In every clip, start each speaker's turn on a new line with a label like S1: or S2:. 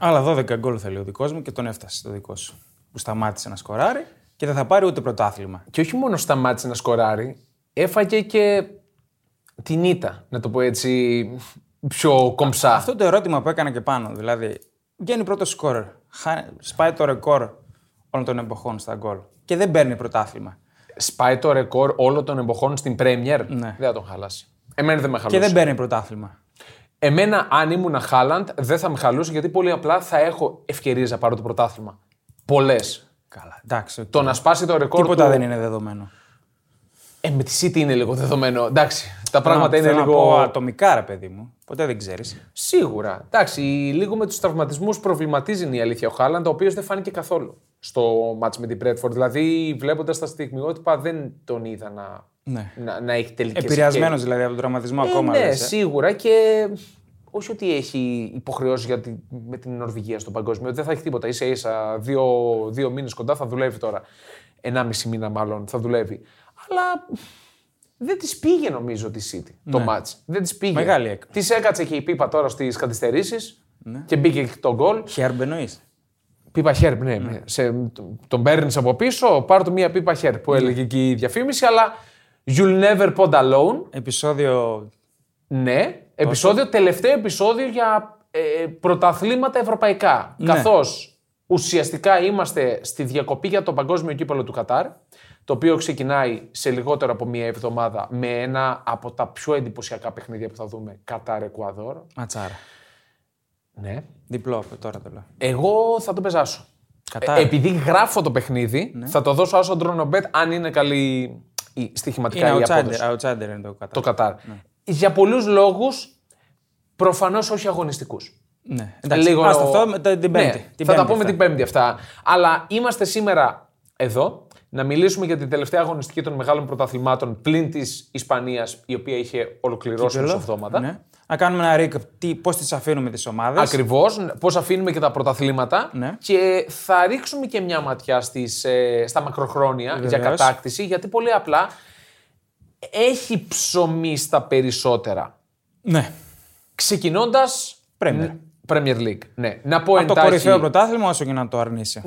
S1: Άλλα 12 γκολ θέλει ο δικός μου και τον έφτασε το δικό σου. Που σταμάτησε να σκοράρει και δεν θα πάρει ούτε πρωτάθλημα.
S2: Και όχι μόνο σταμάτησε να σκοράρει, έφαγε και την ήττα, να το πω έτσι πιο κομψά.
S1: Αυτό το ερώτημα που έκανα και πάνω. Δηλαδή, βγαίνει πρώτος σκόρερ. χάνει- Σπάει το ρεκόρ όλων των εποχών στα γκολ. Και δεν παίρνει πρωτάθλημα.
S2: Σπάει το ρεκόρ όλων των εποχών στην Πρέμιερ.
S1: Ναι.
S2: Δεν θα τον χαλάσει. Εμένα δεν με
S1: Και
S2: χαλούσε.
S1: δεν παίρνει πρωτάθλημα.
S2: Εμένα, αν ήμουν Χάλαντ, δεν θα με χαλούσε γιατί πολύ απλά θα έχω ευκαιρίες να πάρω το πρωτάθλημα. Πολλές.
S1: Καλά, εντάξει. οκ.
S2: Το να σπάσει το ρεκόρ
S1: Τίποτα
S2: του...
S1: δεν είναι δεδομένο.
S2: Ε, με τη City είναι λίγο δεδομένο. Εντάξει, τα πράγματα
S1: Θέλω να-
S2: είναι
S1: θέλω να πω
S2: λίγο.
S1: ατομικά, ρε παιδί μου. Ποτέ δεν ξέρεις.
S2: Σίγουρα. Εντάξει, λίγο με τους τραυματισμούς προβληματίζει είναι η αλήθεια ο Χάλαντ, ο οποίος δεν φάνηκε καθόλου στο μάτς με την Πρέτφορντ. Δηλαδή, βλέποντας τα στιγμιότυπα, δεν τον είδα να,
S1: Ναι.
S2: να, να έχει τελικές
S1: Επηρεασμένος δηλαδή από τον τραυματισμό
S2: Ε,
S1: ακόμα.
S2: ναι,
S1: λες, ε.
S2: σίγουρα και όχι ότι έχει υποχρεώσει για τη- με την Νορβηγία στον παγκόσμιο, ότι δεν θα έχει τίποτα. σα ίσα δύο, δύο μήνες κοντά θα δουλεύει τώρα. Ενάμιση μήνα μάλλον θα δουλεύει. Αλλά δεν της πήγε νομίζω τη City το match. Δεν της πήγε.
S1: Ναι. Μεγάλη έκπληξη. Ναι.
S2: Της έκατσε και η Πίπα τώρα στις καθυστερήσεις και μπήκε και το γκολ.
S1: Χέρμπ εννοείς.
S2: Πίπα Χέρπ, ναι. Σε, τον παίρνεις από πίσω, πάρ του μία Πίπα Χέρπ
S1: Ναι.
S2: που έλεγε και η διαφήμιση, αλλά you'll never pond alone.
S1: Επεισόδιο.
S2: Ναι, επεισόδιο, τελευταίο επεισόδιο για ε, πρωταθλήματα ευρωπαϊκά.
S1: Ναι.
S2: Καθώς ουσιαστικά είμαστε στη διακοπή για το παγκόσμιο κύπελο του Κατάρ, το οποίο ξεκινάει σε λιγότερο από μία εβδομάδα με ένα από τα πιο εντυπωσιακά παιχνίδια που θα δούμε, Κατάρ-Εκουαδόρ.
S1: Ματσάρα.
S2: Ναι.
S1: Διπλό από τώρα το λέω.
S2: Εγώ θα το πεζάσω.
S1: Κατάρ. Ναι.
S2: Ε, επειδή γράφω το παιχνίδι, θα το δώσω άσο ντρόνομπετ αν είναι καλή η, στοιχηματικά
S1: Είναι
S2: η απόδοση.
S1: outsider, Ναι. outsider είναι το κατά.
S2: Το Κατάρ. Για πολλούς λόγους, προφανώς όχι αγωνιστικούς.
S1: Ναι. Εντάξει,
S2: Λίγο-
S1: άστα αυτό με τα- την
S2: Ναι,
S1: Πέμπτη. την
S2: θα τα
S1: πέμπτη
S2: πούμε την Πέμπτη αυτά. Αλλά είμαστε σήμερα εδώ να μιλήσουμε για την τελευταία αγωνιστική των μεγάλων πρωταθλημάτων πλην της Ισπανίας, η οποία είχε ολοκληρώσει
S1: Κύπελλο.
S2: ω εβδομάδα.
S1: Ναι. Να κάνουμε ένα recap. Πώς τις αφήνουμε τις ομάδες.
S2: Ακριβώς, πώς αφήνουμε και τα πρωταθλήματα.
S1: Ναι.
S2: Και θα ρίξουμε και μια ματιά στις, ε, στα μακροχρόνια για
S1: Βεβαίως.
S2: κατάκτηση, γιατί πολύ απλά έχει ψωμί στα περισσότερα.
S1: Ναι.
S2: Ξεκινώντας.
S1: Premier.
S2: Premier League. Ναι. Να πω
S1: Το
S2: εντάχει.
S1: κορυφαίο πρωτάθλημα, όσο και να το αρνείσαι.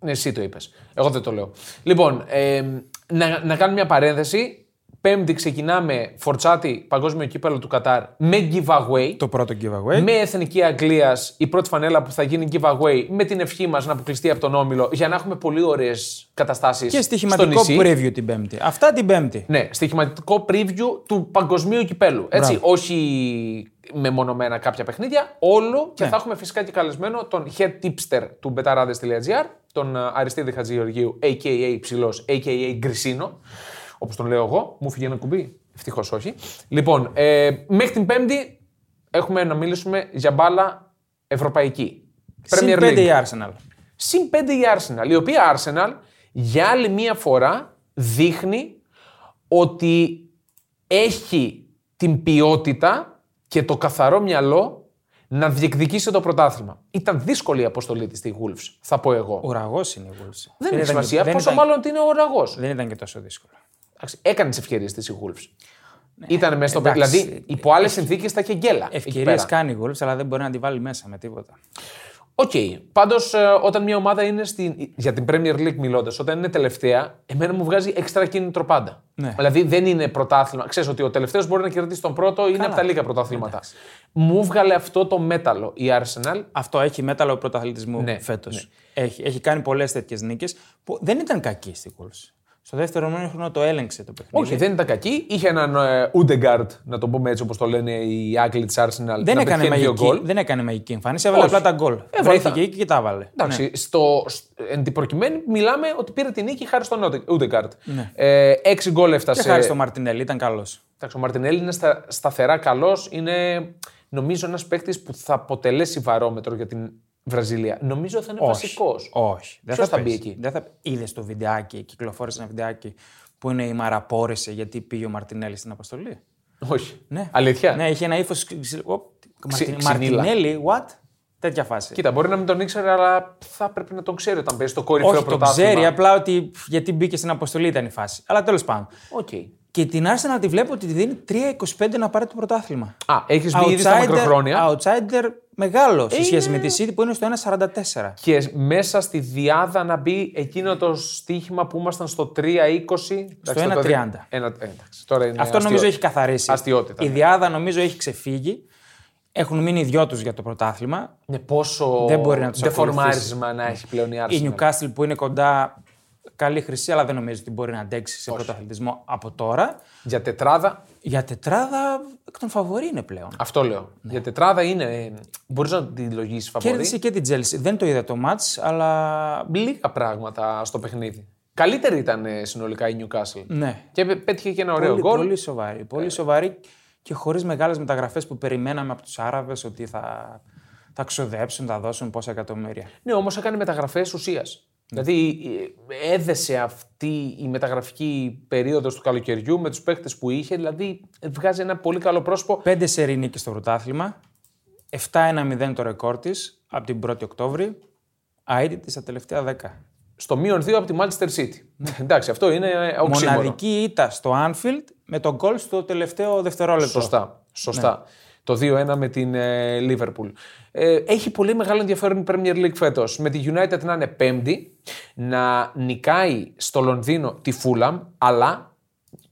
S2: Ναι, εσύ το είπες. Εγώ δεν το λέω. Λοιπόν, ε, να, να κάνω μια παρένθεση. Πέμπτη ξεκινάμε φορτσάτη παγκόσμιο κύπελο του Κατάρ με giveaway.
S1: Το πρώτο giveaway.
S2: Με εθνική Αγγλίας, η πρώτη φανέλα που θα γίνει giveaway με την ευχή μας να αποκλειστεί από τον όμιλο για να έχουμε πολύ ωραίες καταστάσεις.
S1: Και στοιχηματικό preview την Πέμπτη. Αυτά την Πέμπτη.
S2: Ναι, στοιχηματικό preview του παγκοσμίου κυπέλου. Έτσι, όχι μεμονωμένα κάποια παιχνίδια, όλο
S1: Ναι.
S2: και θα έχουμε φυσικά και καλεσμένο τον head tipster του betarades.gr, τον ε, Αριστίδη Χατζηγεωργίου, a.k.a. Ψηλός, a.k.a. Γκρισίνο, όπως τον λέω εγώ. Μου φύγει ένα κουμπί, ευτυχώς όχι. Λοιπόν, ε, μέχρι την Πέμπτη έχουμε να μιλήσουμε για μπάλα ευρωπαϊκή.
S1: Συν
S2: Premier League.
S1: πέντε η Arsenal.
S2: Συν 5 η Arsenal, η οποία Arsenal για άλλη μία φορά δείχνει ότι έχει την ποιότητα και το καθαρό μυαλό να διεκδικήσει το πρωτάθλημα. Ήταν δύσκολη η αποστολή της στη Wolves, θα πω εγώ.
S1: Ουραγό είναι η Wolves.
S2: δεν έχει σημασία,
S1: δεν,
S2: πόσο
S1: ήταν,
S2: μάλλον ότι είναι ο Ραγός.
S1: δεν ήταν και τόσο δύσκολο.
S2: Εντάξει, Έκανες τι ευκαιρίε τη η Wolves. Ήταν μέσα στο πε-
S1: Ναι. εντάξει.
S2: Δηλαδή, υπό άλλες συνθήκες θα είχε γκέλα. εκεί
S1: Ευκαιρίες
S2: πέρα.
S1: κάνει η Wolves, αλλά δεν μπορεί να τη βάλει μέσα με τίποτα.
S2: Οκ. Πάντως, όταν μια ομάδα είναι στην. Για την Premier League μιλώντας, όταν είναι τελευταία, εμένα μου βγάζει έξτρα κίνητρο πάντα.
S1: Ναι.
S2: Δηλαδή δεν είναι πρωτάθλημα. Ξέρεις ότι ο τελευταίος μπορεί να κερδίσει τον πρώτο, είναι από τα λίγα πρωταθλήματα. Μου βγάλε αυτό το μέταλλο η Arsenal.
S1: Αυτό έχει μέταλλο πρωταθλητισμού
S2: Ναι,
S1: φέτος. Έχει, έχει κάνει πολλές τέτοιες νίκες που δεν ήταν κακή στη Wolves. Στο δεύτερο μήχρονο το έλεγξε το παιχνίδι.
S2: Όχι, δεν ήταν κακή. Είχε έναν ε, Ούντεγκαρντ, να το πούμε έτσι όπως το λένε οι Άγγλοι της Arsenal.
S1: δεν,
S2: να
S1: έκανε
S2: πετυχαίνει δύο
S1: μαγική,
S2: γκολ.
S1: δεν έκανε μαγική εμφάνιση, έβαλε
S2: Όχι.
S1: απλά τα γκολ.
S2: Έβαλε
S1: Βρέθηκε
S2: τα-
S1: εκεί και τα βάλε.
S2: Εντάξει, στο, σ- εν την προκειμένη μιλάμε ότι πήρε την νίκη χάρη στον Ούντε- Ούντεγκαρντ. Ε, έξι γκολ
S1: Ναι. Και
S2: έφτασε.
S1: χάρη στο Μαρτινέλη, ήταν καλός.
S2: Εντάξει, ο Μαρτινέλη είναι στα, σταθερά καλός. Είναι νομίζω ένας παίκτης που θα αποτελέσει βαρόμετρο για την Βραζιλία. Νομίζω θα είναι βασικός.
S1: Όχι. Δεν
S2: Ποιος θα μπει
S1: παίζει.
S2: εκεί?
S1: Δεν θα... Είδες το βιντεάκι, κυκλοφόρησε ένα βιντεάκι που είναι η μαραπόρησε γιατί πήγε ο Μαρτινέλη στην αποστολή.
S2: Όχι.
S1: Ναι.
S2: Αλήθεια.
S1: Ναι, είχε ένα ύφος.
S2: ξυνήλα.
S1: Μαρτινέλη, what? Τέτοια φάση.
S2: Κοίτα, μπορεί να μην τον ήξερε, αλλά θα πρέπει να τον ξέρει όταν παίζει το κορυφαίο
S1: Όχι, το
S2: πρωτάθλημα.
S1: ξέρει, απλά ότι πφ, γιατί μπήκε στην αποστολή ήταν η φάση. Αλλά τέλος πάντων.
S2: Οκ.
S1: Και την Arsenal τη βλέπω ότι τη δίνει 3,25 να πάρει το πρωτάθλημα.
S2: Α, έχεις μπει ήδη στα Ε, μακροχρόνια.
S1: outsider μεγάλο σε σχέση με τη City που είναι στο 1,44.
S2: Και μέσα στη διάδα να μπει εκείνο το στοίχημα που ήμασταν στο 3,20.
S1: Στο
S2: Εντάξει, το
S1: 1,30.
S2: Ένα, ε, εντάξει, τώρα είναι
S1: Αυτό
S2: αστείο.
S1: νομίζω έχει καθαρίσει.
S2: Αστείωτητα,
S1: Η
S2: ναι.
S1: Διάδα νομίζω έχει ξεφύγει. Έχουν μείνει οι δυο τους για το πρωτάθλημα.
S2: Ναι, πόσο
S1: Δεν μπορεί να τους
S2: δεφορμάρισμα να έχει πλέον η Arsenal.
S1: Η Newcastle που είναι κοντά, καλή χρυσή, αλλά δεν νομίζω ότι μπορεί να αντέξει σε πρωταθλητισμό από τώρα.
S2: Για τετράδα,
S1: Για τετράδα εκ των φαβορεί είναι πλέον.
S2: αυτό λέω. Για τετράδα είναι. Μπορείς να τη λογίσεις
S1: Ναι. Κέρδισε
S2: φαβορή.
S1: και την Chelsea. Δεν το είδα το μάτς, αλλά
S2: Λίγα πράγματα στο παιχνίδι. Καλύτερη ήταν ε, συνολικά η Newcastle.
S1: ναι.
S2: Και πέ- πέτυχε και ένα ωραίο
S1: Πολύ,
S2: γκολ.
S1: πολύ σοβαρή. Πολύ σοβαρή και χωρίς μεγάλες μεταγραφές που περιμέναμε από τους Άραβες ότι θα, θα ξοδέψουν, θα δώσουν πόσα εκατομμύρια.
S2: Ναι, όμως έκανε μεταγραφές ουσίας.
S1: Ναι.
S2: Δηλαδή ε, έδεσε αυτή η μεταγραφική περίοδος του καλοκαιριού με τους παίκτες που είχε. Δηλαδή ε, βγάζει ένα πολύ καλό πρόσωπο.
S1: Πέντε σερή νίκες στο πρωτάθλημα. 7-1-0 το ρεκόρ της από την 1η Οκτώβρη. Αίτητη στα τελευταία 10.
S2: Στο μείον 2 από τη Manchester City. Εντάξει, αυτό είναι ε, οξύμορο.
S1: Ναι. Μοναδική ήττα στο Anfield με τον γκολ στο τελευταίο δευτερόλεπτο.
S2: Σωστά.
S1: Ναι.
S2: Σωστά. Το 2-1 με την ε, Liverpool. Ε, έχει πολύ μεγάλο ενδιαφέρον η Premier League φέτος. Με τη United να είναι πέμπτη, να νικάει στο Λονδίνο τη Fulham, αλλά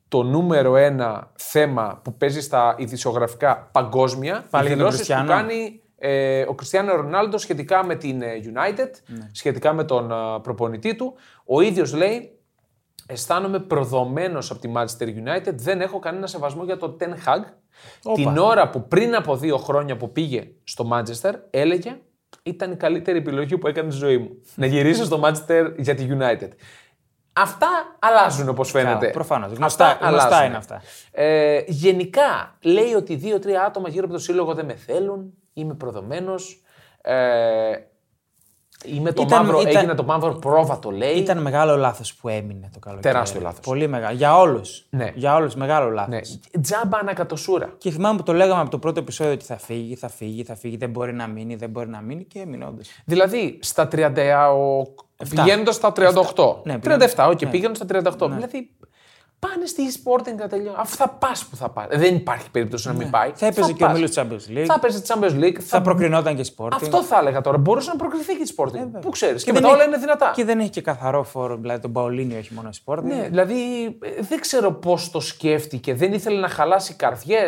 S2: το νούμερο ένα θέμα που παίζει στα ειδησιογραφικά παγκόσμια
S1: Πάλι
S2: οι
S1: για τον
S2: δηλώσεις που
S1: Κριστιανό.
S2: κάνει ε, ο Κριστιανό Ρονάλντο σχετικά με την ε, United,
S1: Ναι.
S2: σχετικά με τον ε, προπονητή του. Ο ίδιος λέει Αισθάνομαι προδομένος από τη Manchester United. Δεν έχω κανένα σεβασμό για τον Ten Hag. Την ώρα που πριν από δύο χρόνια που πήγε στο Manchester, έλεγε ήταν η καλύτερη επιλογή που έκανε στη ζωή μου. να γυρίσω στο Manchester για τη United. Αυτά αλλάζουν όπως φαίνεται.
S1: προφανώς. Γνωστά- γνωστά
S2: αλλάζουν.
S1: είναι αυτά.
S2: Ε, γενικά λέει ότι δύο-τρία άτομα γύρω από το σύλλογο δεν με θέλουν. Είμαι προδομένος. Ε, είμαι το
S1: Ήταν-
S2: μαύρο,
S1: ήταν-
S2: Έγινα το μαύρο πρόβατο λέει.
S1: Ήταν μεγάλο λάθος που έμεινε το καλοκαίρι.
S2: Τεράστιο λάθος.
S1: Πολύ μεγάλο. Για όλους.
S2: Ναι.
S1: Για όλους, μεγάλο λάθος.
S2: Ναι. Τζάμπα ανακατοσούρα.
S1: Και θυμάμαι που το λέγαμε από το πρώτο επεισόδιο ότι θα φύγει, θα φύγει, θα φύγει, δεν μπορεί να μείνει, δεν μπορεί να μείνει και έμεινε όντω.
S2: Δηλαδή, στα 38. Πηγαίνοντας στα 38.
S1: Ναι,
S2: 37, όχι, πήγαιναν στα 38. Δηλαδή, πάνε στη Sporting να τελειώνει. Αφού θα πας που θα πας. Δεν υπάρχει περίπτωση να μην πάει.
S1: Ναι. Θα έπαιζε και ο
S2: πας.
S1: Μίλος Champions League. Θα,
S2: Θα έπαιζε τη Champions League. Θα...
S1: προκρινόταν και Sporting.
S2: Αυτό θα έλεγα τώρα. Μπορούσε να προκριθεί και τη Sporting. Πού ξέρεις. Και,
S1: δεν
S2: μετά
S1: έχει-
S2: όλα είναι δυνατά.
S1: Και δεν έχει και καθαρό φόρο, δηλαδή τον Παολίνιο έχει μόνο Sporting.
S2: Ναι, δηλαδή, ε, δεν ξέρω πώς το σκέφτηκε. Δεν ήθελε να χαλάσει καρδιές.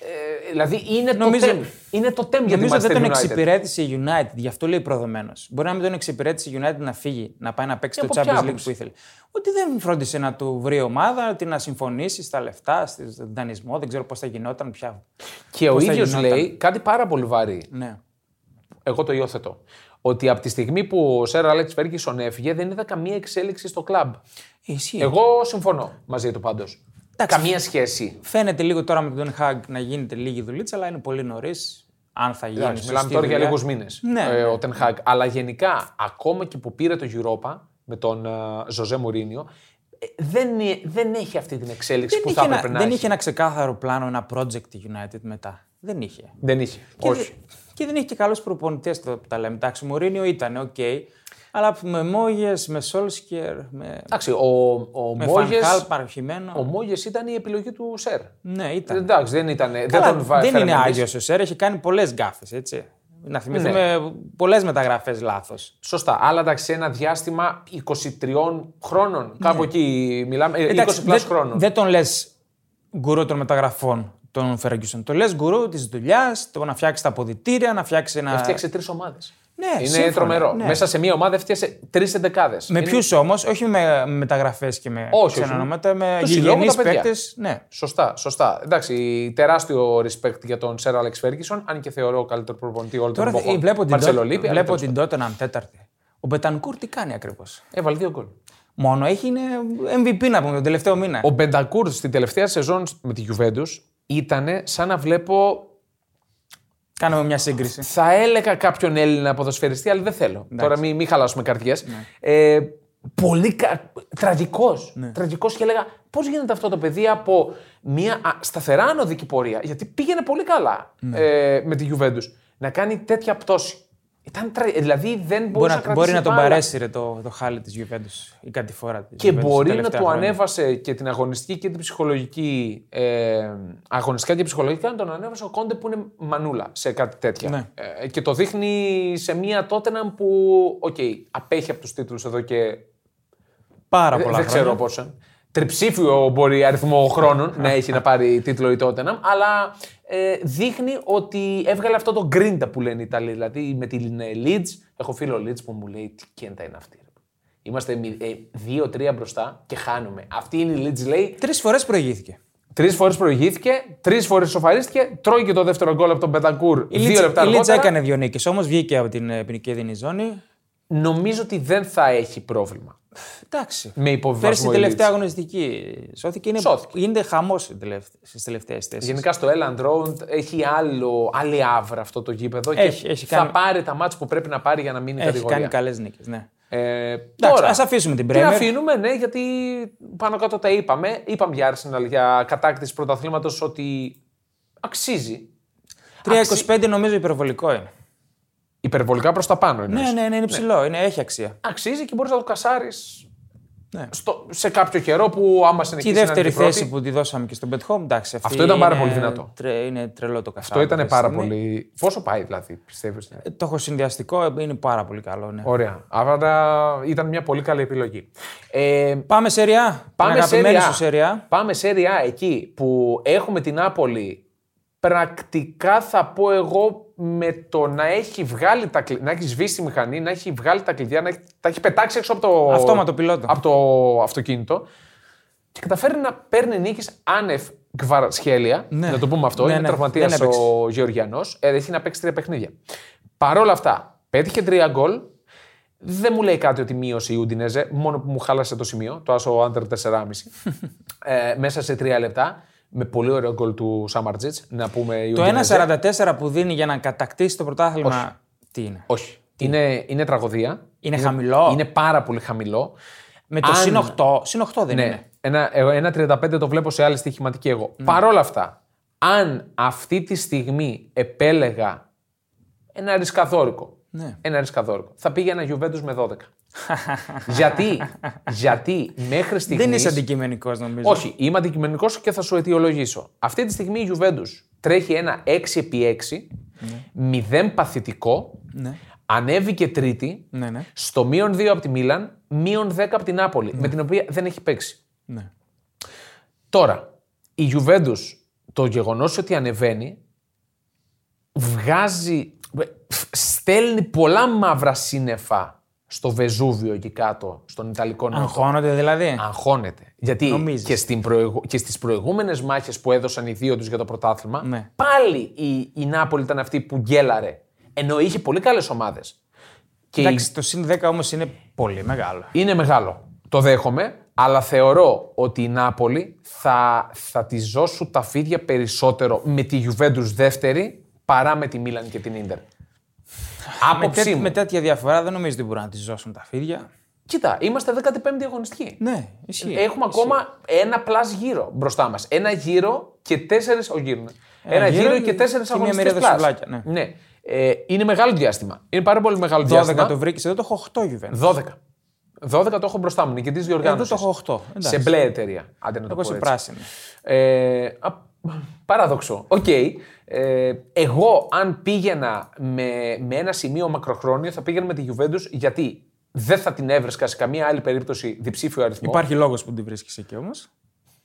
S2: Ε, δηλαδή, είναι
S1: Νομίζω-
S2: το τέμ. Είναι το τέμ για τη
S1: Νομίζω δεν τον
S2: Manchester United.
S1: εξυπηρέτησε η United, γι' αυτό λέει προδομένος. Μπορεί να μην τον εξυπηρέτησε η United να φύγει, να πάει να παίξει
S2: Και
S1: το
S2: από ποια
S1: Champions League
S2: άποψη?
S1: που ήθελε. Ότι δεν φρόντισε να του βρει ομάδα, ότι να συμφωνήσει στα λεφτά, στον δανεισμό, δεν ξέρω πώς θα γινόταν πια.
S2: Και ο
S1: Πώς θα
S2: ίδιος
S1: γινόταν.
S2: λέει κάτι πάρα πολύ βαρύ.
S1: Ναι.
S2: Εγώ το υιοθετώ. Ότι από τη στιγμή που ο Σερ Αλέξ Φέργκισον έφυγε, δεν είδα καμία εξέλιξη στο κλαμπ. Ε,
S1: Ισχύει.
S2: Εγώ συμφωνώ μαζί του πάντως. Καμία σχέση.
S1: Φαίνεται λίγο τώρα με τον Χαγκ να γίνεται λίγη δουλίτσα, αλλά είναι πολύ νωρίς. Αν θα γίνει.
S2: Εντάξει,
S1: σωστή
S2: μιλάμε τώρα για
S1: δουλειά.
S2: λίγους μήνες.
S1: Ναι, ναι.
S2: ο Ten Hag. Αλλά γενικά, ακόμα και που πήρε το Europa με τον ε, Ζωζέ Μουρίνιο, ε, δεν, ε, δεν έχει αυτή την εξέλιξη
S1: Δεν,
S2: που
S1: είχε
S2: θα
S1: ένα,
S2: έπρεπε να
S1: δεν
S2: έχει.
S1: είχε ένα ξεκάθαρο πλάνο, ένα project η United μετά. Δεν είχε.
S2: Δεν είχε. Όχι.
S1: Και, δε- και δεν είχε και καλού προπονητέ που τα λέμε. Εντάξει, Μουρίνιο ήταν, οκ. αλλά με Μόγες, με Σόλσκερ, με,
S2: Εντάξει, ο, ο,
S1: με
S2: Μόγες-
S1: Φανχάλ, παροχημένο.
S2: ο Μόγες ήταν η επιλογή του Σερ.
S1: Ναι, ήταν.
S2: Εντάξει, δεν ήταν.
S1: Καλά,
S2: δεν τον βά-
S1: δεν
S2: φέρανε
S1: είναι
S2: εμείς.
S1: άγιο ο Σέρ, έχει κάνει πολλές γκάφες, έτσι. Να θυμηθούμε
S2: Ναι.
S1: πολλές μεταγραφές λάθος.
S2: Σωστά. Αλλά εντάξει, σε ένα διάστημα 23
S1: Ναι.
S2: χρόνων. Κάπου εκεί μιλάμε. ε, 20 πλάσ
S1: δεν,
S2: χρόνων.
S1: δεν τον λες γκουρού των μεταγραφών τον Ferguson. Το λες γκουρού της δουλειάς, το να φτιάξεις τα αποδητήρια, να φτιάξεις ένα.
S2: Έφτιαξε τρεις ομάδες.
S1: Ναι,
S2: είναι
S1: σύμφωνα,
S2: τρομερό.
S1: ναι.
S2: Μέσα σε μία ομάδα έφτιαξε τρεις εντεκάδε.
S1: Με ποιους όμως, όχι με μεταγραφές και με
S2: Όχι, όχι.
S1: ξένα ονόματα, με
S2: Του συλλόγου
S1: γηγενεί
S2: τα παιδιά.
S1: παίκτες. Ναι.
S2: Σωστά, σωστά. Εντάξει, τεράστιο respect για τον Σερ Αλεξ Φέργισον, αν και θεωρώ ο καλύτερο προπονητή όλων των
S1: Τώρα
S2: εποχών.
S1: ε, βλέπω την,
S2: Μαρσέλο
S1: Tot-
S2: Λίπη, αλλά
S1: βλέπω
S2: τέλος
S1: την Tottenham τέταρτη. Ο Μπετανκούρ τι κάνει ακριβώς.
S2: πάντων. Έβαλε Ε, δύο γκολ.
S1: Μόνο έχει είναι MVP να πούμε τον τελευταίο μήνα.
S2: Ο Μπεντακούρ στην τελευταία σεζόν με τη Γιουβέντου ήταν σαν να βλέπω.
S1: Κάναμε μια σύγκριση.
S2: Θα έλεγα κάποιον Έλληνα ποδοσφαιριστή, αλλά δεν θέλω. Τώρα μην μη χαλάσουμε καρδιές.
S1: Ναι.
S2: Ε, πολύ κα... τραγικός.
S1: Ναι.
S2: Τραγικός και έλεγα πώς γίνεται αυτό το παιδί από μια α, σταθερά
S1: Ναι.
S2: ανωδική πορεία, γιατί πήγαινε πολύ καλά ε, με τη Juventus, να κάνει τέτοια πτώση. Ήταν τρε... Δηλαδή δεν
S1: Μπορεί
S2: μπορούσε να,
S1: να, μπορεί να τον
S2: μπάλα.
S1: παρέσει ρε, το, το χάλι της Γιουβέντους ή κάτι φορά της.
S2: Και μπορεί να του ανέβασε και την αγωνιστική και την ψυχολογική. Ε, αγωνιστικά και ψυχολογικά να τον ανέβασε ο Κόντε που είναι μανούλα σε κάτι τέτοια.
S1: Ναι.
S2: Ε, και το δείχνει σε μια Τότεναμ που, οκ, απέχει από τους τίτλους εδώ και
S1: Πάρα
S2: Δε-
S1: πολλά
S2: Δεν
S1: χρόνια.
S2: ξέρω πόσο. Τριψήφιο μπορεί αριθμό χρόνων να έχει να πάρει τίτλο η Tottenham, αλλά ε, δείχνει ότι έβγαλε αυτό το γκρίντα που λένε οι Ιταλοί. Δηλαδή με την ε, Leeds, έχω φίλο Leeds που μου λέει τι κέντα είναι αυτή. ρε». Είμαστε μη- ε, δύο-τρία μπροστά και χάνουμε. Αυτή είναι η Leeds λέει.
S1: Τρεις φορές προηγήθηκε.
S2: Τρεις φορές προηγήθηκε, τρεις φορές σοφαρίστηκε, τρώει και το δεύτερο γκολ από τον Πετακούρ
S1: Η
S2: δύο
S1: Λίτσα,
S2: λεπτά
S1: η Λίτσα
S2: αργότερα.
S1: έκανε δύο νίκες, όμως βγήκε από την ε, ποινική δινή ζώνη.
S2: Νομίζω ότι δεν θα έχει πρόβλημα.
S1: Εντάξει.
S2: Με
S1: Πέρσι
S2: υποβιβασμό
S1: η
S2: η
S1: τελευταία
S2: Leeds.
S1: αγωνιστική σώθηκε. Είναι,
S2: Σώθηκε.
S1: Γίνεται χαμός στις τελευταίες θέσεις.
S2: Γενικά στο Elland Road έχει άλλο, άλλη άβρα αυτό το γήπεδο
S1: Έχει,
S2: και
S1: έχει
S2: θα
S1: κάνει-
S2: πάρει τα μάτς που πρέπει να πάρει για να μείνει η
S1: Έχει κάνει
S2: κατηγορία.
S1: καλές νίκες. Ναι.
S2: Ε,
S1: Εντάξει,
S2: τώρα,
S1: ας αφήσουμε την
S2: Την
S1: Premier.
S2: αφήνουμε, ναι, γιατί πάνω κάτω τα είπαμε. Είπαμε για Arsenal, για κατάκτηση πρωταθλήματος ότι αξίζει.
S1: 3,25 νομίζω υπερβολικό είναι.
S2: Υπερβολικά προς τα πάνω εννοείς.
S1: Ναι, ναι, ναι, είναι ψηλό. Είναι, έχει αξία.
S2: Αξίζει και μπορείς να το κασάρεις
S1: Ναι.
S2: στο, σε κάποιο καιρό που άμα
S1: Και η
S2: συνεχίσεις να είναι
S1: δεύτερη
S2: και πρώτη,
S1: θέση που τη δώσαμε και στον Bet Home, εντάξει. αυτή
S2: Αυτό ήταν πάρα
S1: είναι
S2: πολύ δυνατό.
S1: τρε- είναι τρελό το καθάρι.
S2: Το ήταν
S1: ναι.
S2: πάρα πολύ... Πόσο πάει δηλαδή, πιστεύεις. ναι.
S1: Το χωσυνδυαστικό ε, είναι πάρα πολύ καλό. Ναι.
S2: Ωραία. Άρα ήταν μια πολύ καλή επιλογή. Ε,
S1: Πάμε σε ρεά.
S2: Πάμε σε
S1: αγαπημένη
S2: Serie A.
S1: σου σεριά.
S2: Πάμε σε Serie A, εκεί που έχουμε την Άπολη πρακτικά θα πω εγώ με το να έχει, βγάλει τα, κλει- να έχει σβήσει τη μηχανή, να έχει βγάλει τα κλειδιά, να έχει, τα έχει πετάξει έξω από το,
S1: Αυτόματο πιλότο.
S2: από το αυτοκίνητο και καταφέρει να παίρνει νίκες άνευ Γκβαρασχέλια,
S1: Ναι.
S2: να το πούμε αυτό,
S1: Ναι,
S2: είναι
S1: ναι.
S2: τραυματίας
S1: Δεν έπαιξε.
S2: ο Γεωργιανός, ε, έχει να παίξει τρία παιχνίδια. Παρ' όλα αυτά, πέτυχε τρία γκολ, δεν μου λέει κάτι ότι μείωσε η Ούντινεζε, μόνο που μου χάλασε το σημείο, το άσο άντερ 4,5, ε, μέσα σε τρία λεπτά, με πολύ ωραίο γκολ του Σάμαρτζιτς, να πούμε η
S1: Το
S2: Udinese.
S1: 1,44 που δίνει για να κατακτήσει το πρωτάθλημα. Τι είναι.
S2: Όχι, είναι, είναι τραγωδία,
S1: Είναι, χαμηλό.
S2: είναι πάρα πολύ χαμηλό.
S1: Με το
S2: Αν-
S1: συν 8. Συν 8 δεν
S2: Ναι.
S1: είναι.
S2: Ένα, εγώ- ένα 35 το βλέπω σε άλλη στοιχηματική εγώ.
S1: Ναι.
S2: Παρόλα αυτά, αν αυτή τη στιγμή επέλεγα ένα ρισκαδόρικο.
S1: Ναι.
S2: Ένα ρισκαδόρικο. Θα πήγαινα Juventus με 12. γιατί, γιατί μέχρι στιγμής.
S1: Δεν είσαι αντικειμενικός νομίζω.
S2: Όχι, είμαι αντικειμενικός και θα σου αιτιολογήσω. Αυτή τη στιγμή η Juventus τρέχει ένα 6x6, μηδέν παθητικό,
S1: Ναι.
S2: ανέβηκε τρίτη,
S1: Ναι, ναι.
S2: στο μείον 2 από τη Μίλαν, μείον 10 από την Νάπολη, με την οποία δεν έχει παίξει.
S1: ναι.
S2: Τώρα, η Juventus, το γεγονός ότι ανεβαίνει, βγάζει, στέλνει πολλά μαύρα σύννεφα στο Βεζούβιο εκεί κάτω, στον Ιταλικό νότο.
S1: Αγχώνονται δηλαδή.
S2: Αγχώνεται. Γιατί
S1: Νομίζεις.
S2: και, στην προηγου... και στις προηγούμενες μάχες που έδωσαν οι δύο τους για το πρωτάθλημα,
S1: Ναι.
S2: πάλι η, η Νάπολη ήταν αυτή που γκέλαρε. Ενώ είχε πολύ καλές ομάδες. Και η-
S1: Εντάξει, το συν 10 όμως είναι πολύ μεγάλο.
S2: είναι μεγάλο. Το δέχομαι. Αλλά θεωρώ ότι η Νάπολη θα, θα τη ζώσουν τα φίδια περισσότερο με τη Juventus δεύτερη παρά με τη Μίλαν και την Ίντερ.
S1: Με,
S2: Άποψή
S1: τέ-
S2: μου.
S1: με τέτοια διαφορά δεν νομίζω ότι μπορούν να τη ζώσουν τα φίδια.
S2: Κοίτα, είμαστε 15η αγωνιστική.
S1: Ναι, ισχύει.
S2: Έχουμε ακόμα ένα πλάς γύρο μπροστά μας. Ένα γύρο και τέσσερις... Ο γύρο, ναι. Ένα, γύρο,
S1: γύρο
S2: και
S1: και
S2: τέσσερις
S1: μια
S2: αγωνιστές
S1: μερίδα
S2: πλάς.
S1: σουβλάκια, ναι.
S2: Ε, είναι μεγάλο διάστημα. Είναι πάρα πολύ μεγάλο
S1: 12
S2: διάστημα.
S1: το βρήκες, εδώ το έχω 8 Juventus.
S2: 12. 12 το έχω μπροστά μου.
S1: Εδώ
S2: Νικητής διοργάνωσης.
S1: το έχω 8. Εντάξει.
S2: Σε μπλε εταιρεία. Άντε να το
S1: Εγώ
S2: πω
S1: σε
S2: έτσι.
S1: πράσινη.
S2: Ε, α, παράδοξο. Οκ. Ε, εγώ, αν πήγαινα με, με ένα σημείο μακροχρόνιο, θα πήγαινα με τη Juventus γιατί δεν θα την έβρισκα σε καμία άλλη περίπτωση διψήφιο αριθμό.
S1: Υπάρχει λόγος που την βρίσκεις εκεί όμως.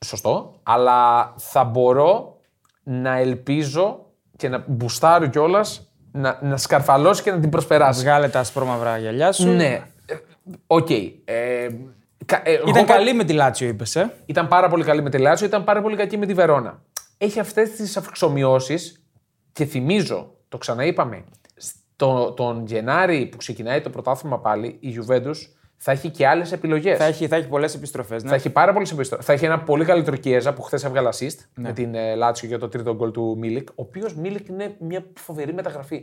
S2: Σωστό. Αλλά θα μπορώ να ελπίζω και να μπουστάρω κιόλας να, να σκαρφαλώσει και να την προσπεράσει.
S1: Βγάλε τα ασπρόμαυρα γυαλιά σου.
S2: Ναι. Ε, Οκ. Ε, κα- ε, εγώ
S1: Ήταν
S2: πα-
S1: καλή με τη Λάτσιο, είπες. Ε.
S2: Ήταν πάρα πολύ καλή με τη Λάτσιο, ήταν πάρα πολύ κακή με τη Βερόνα. Έχει αυτές τις αυξομοιώσεις και θυμίζω, το ξαναείπαμε, στο, τον Γενάρη που ξεκινάει το πρωτάθλημα πάλι, η Juventus θα έχει και άλλες επιλογές.
S1: Θα έχει, θα έχει πολλές επιστροφές. Ναι.
S2: Θα έχει πάρα πολλές επιστροφέ. Θα έχει ένα πολύ καλύτερο Κιέζα που χθες έβγαλε assist
S1: Ναι.
S2: με την ε, Λάτσιο για το τρίτο γκολ του Μίλικ. Ο οποίος Μίλικ είναι μια φοβερή μεταγραφή.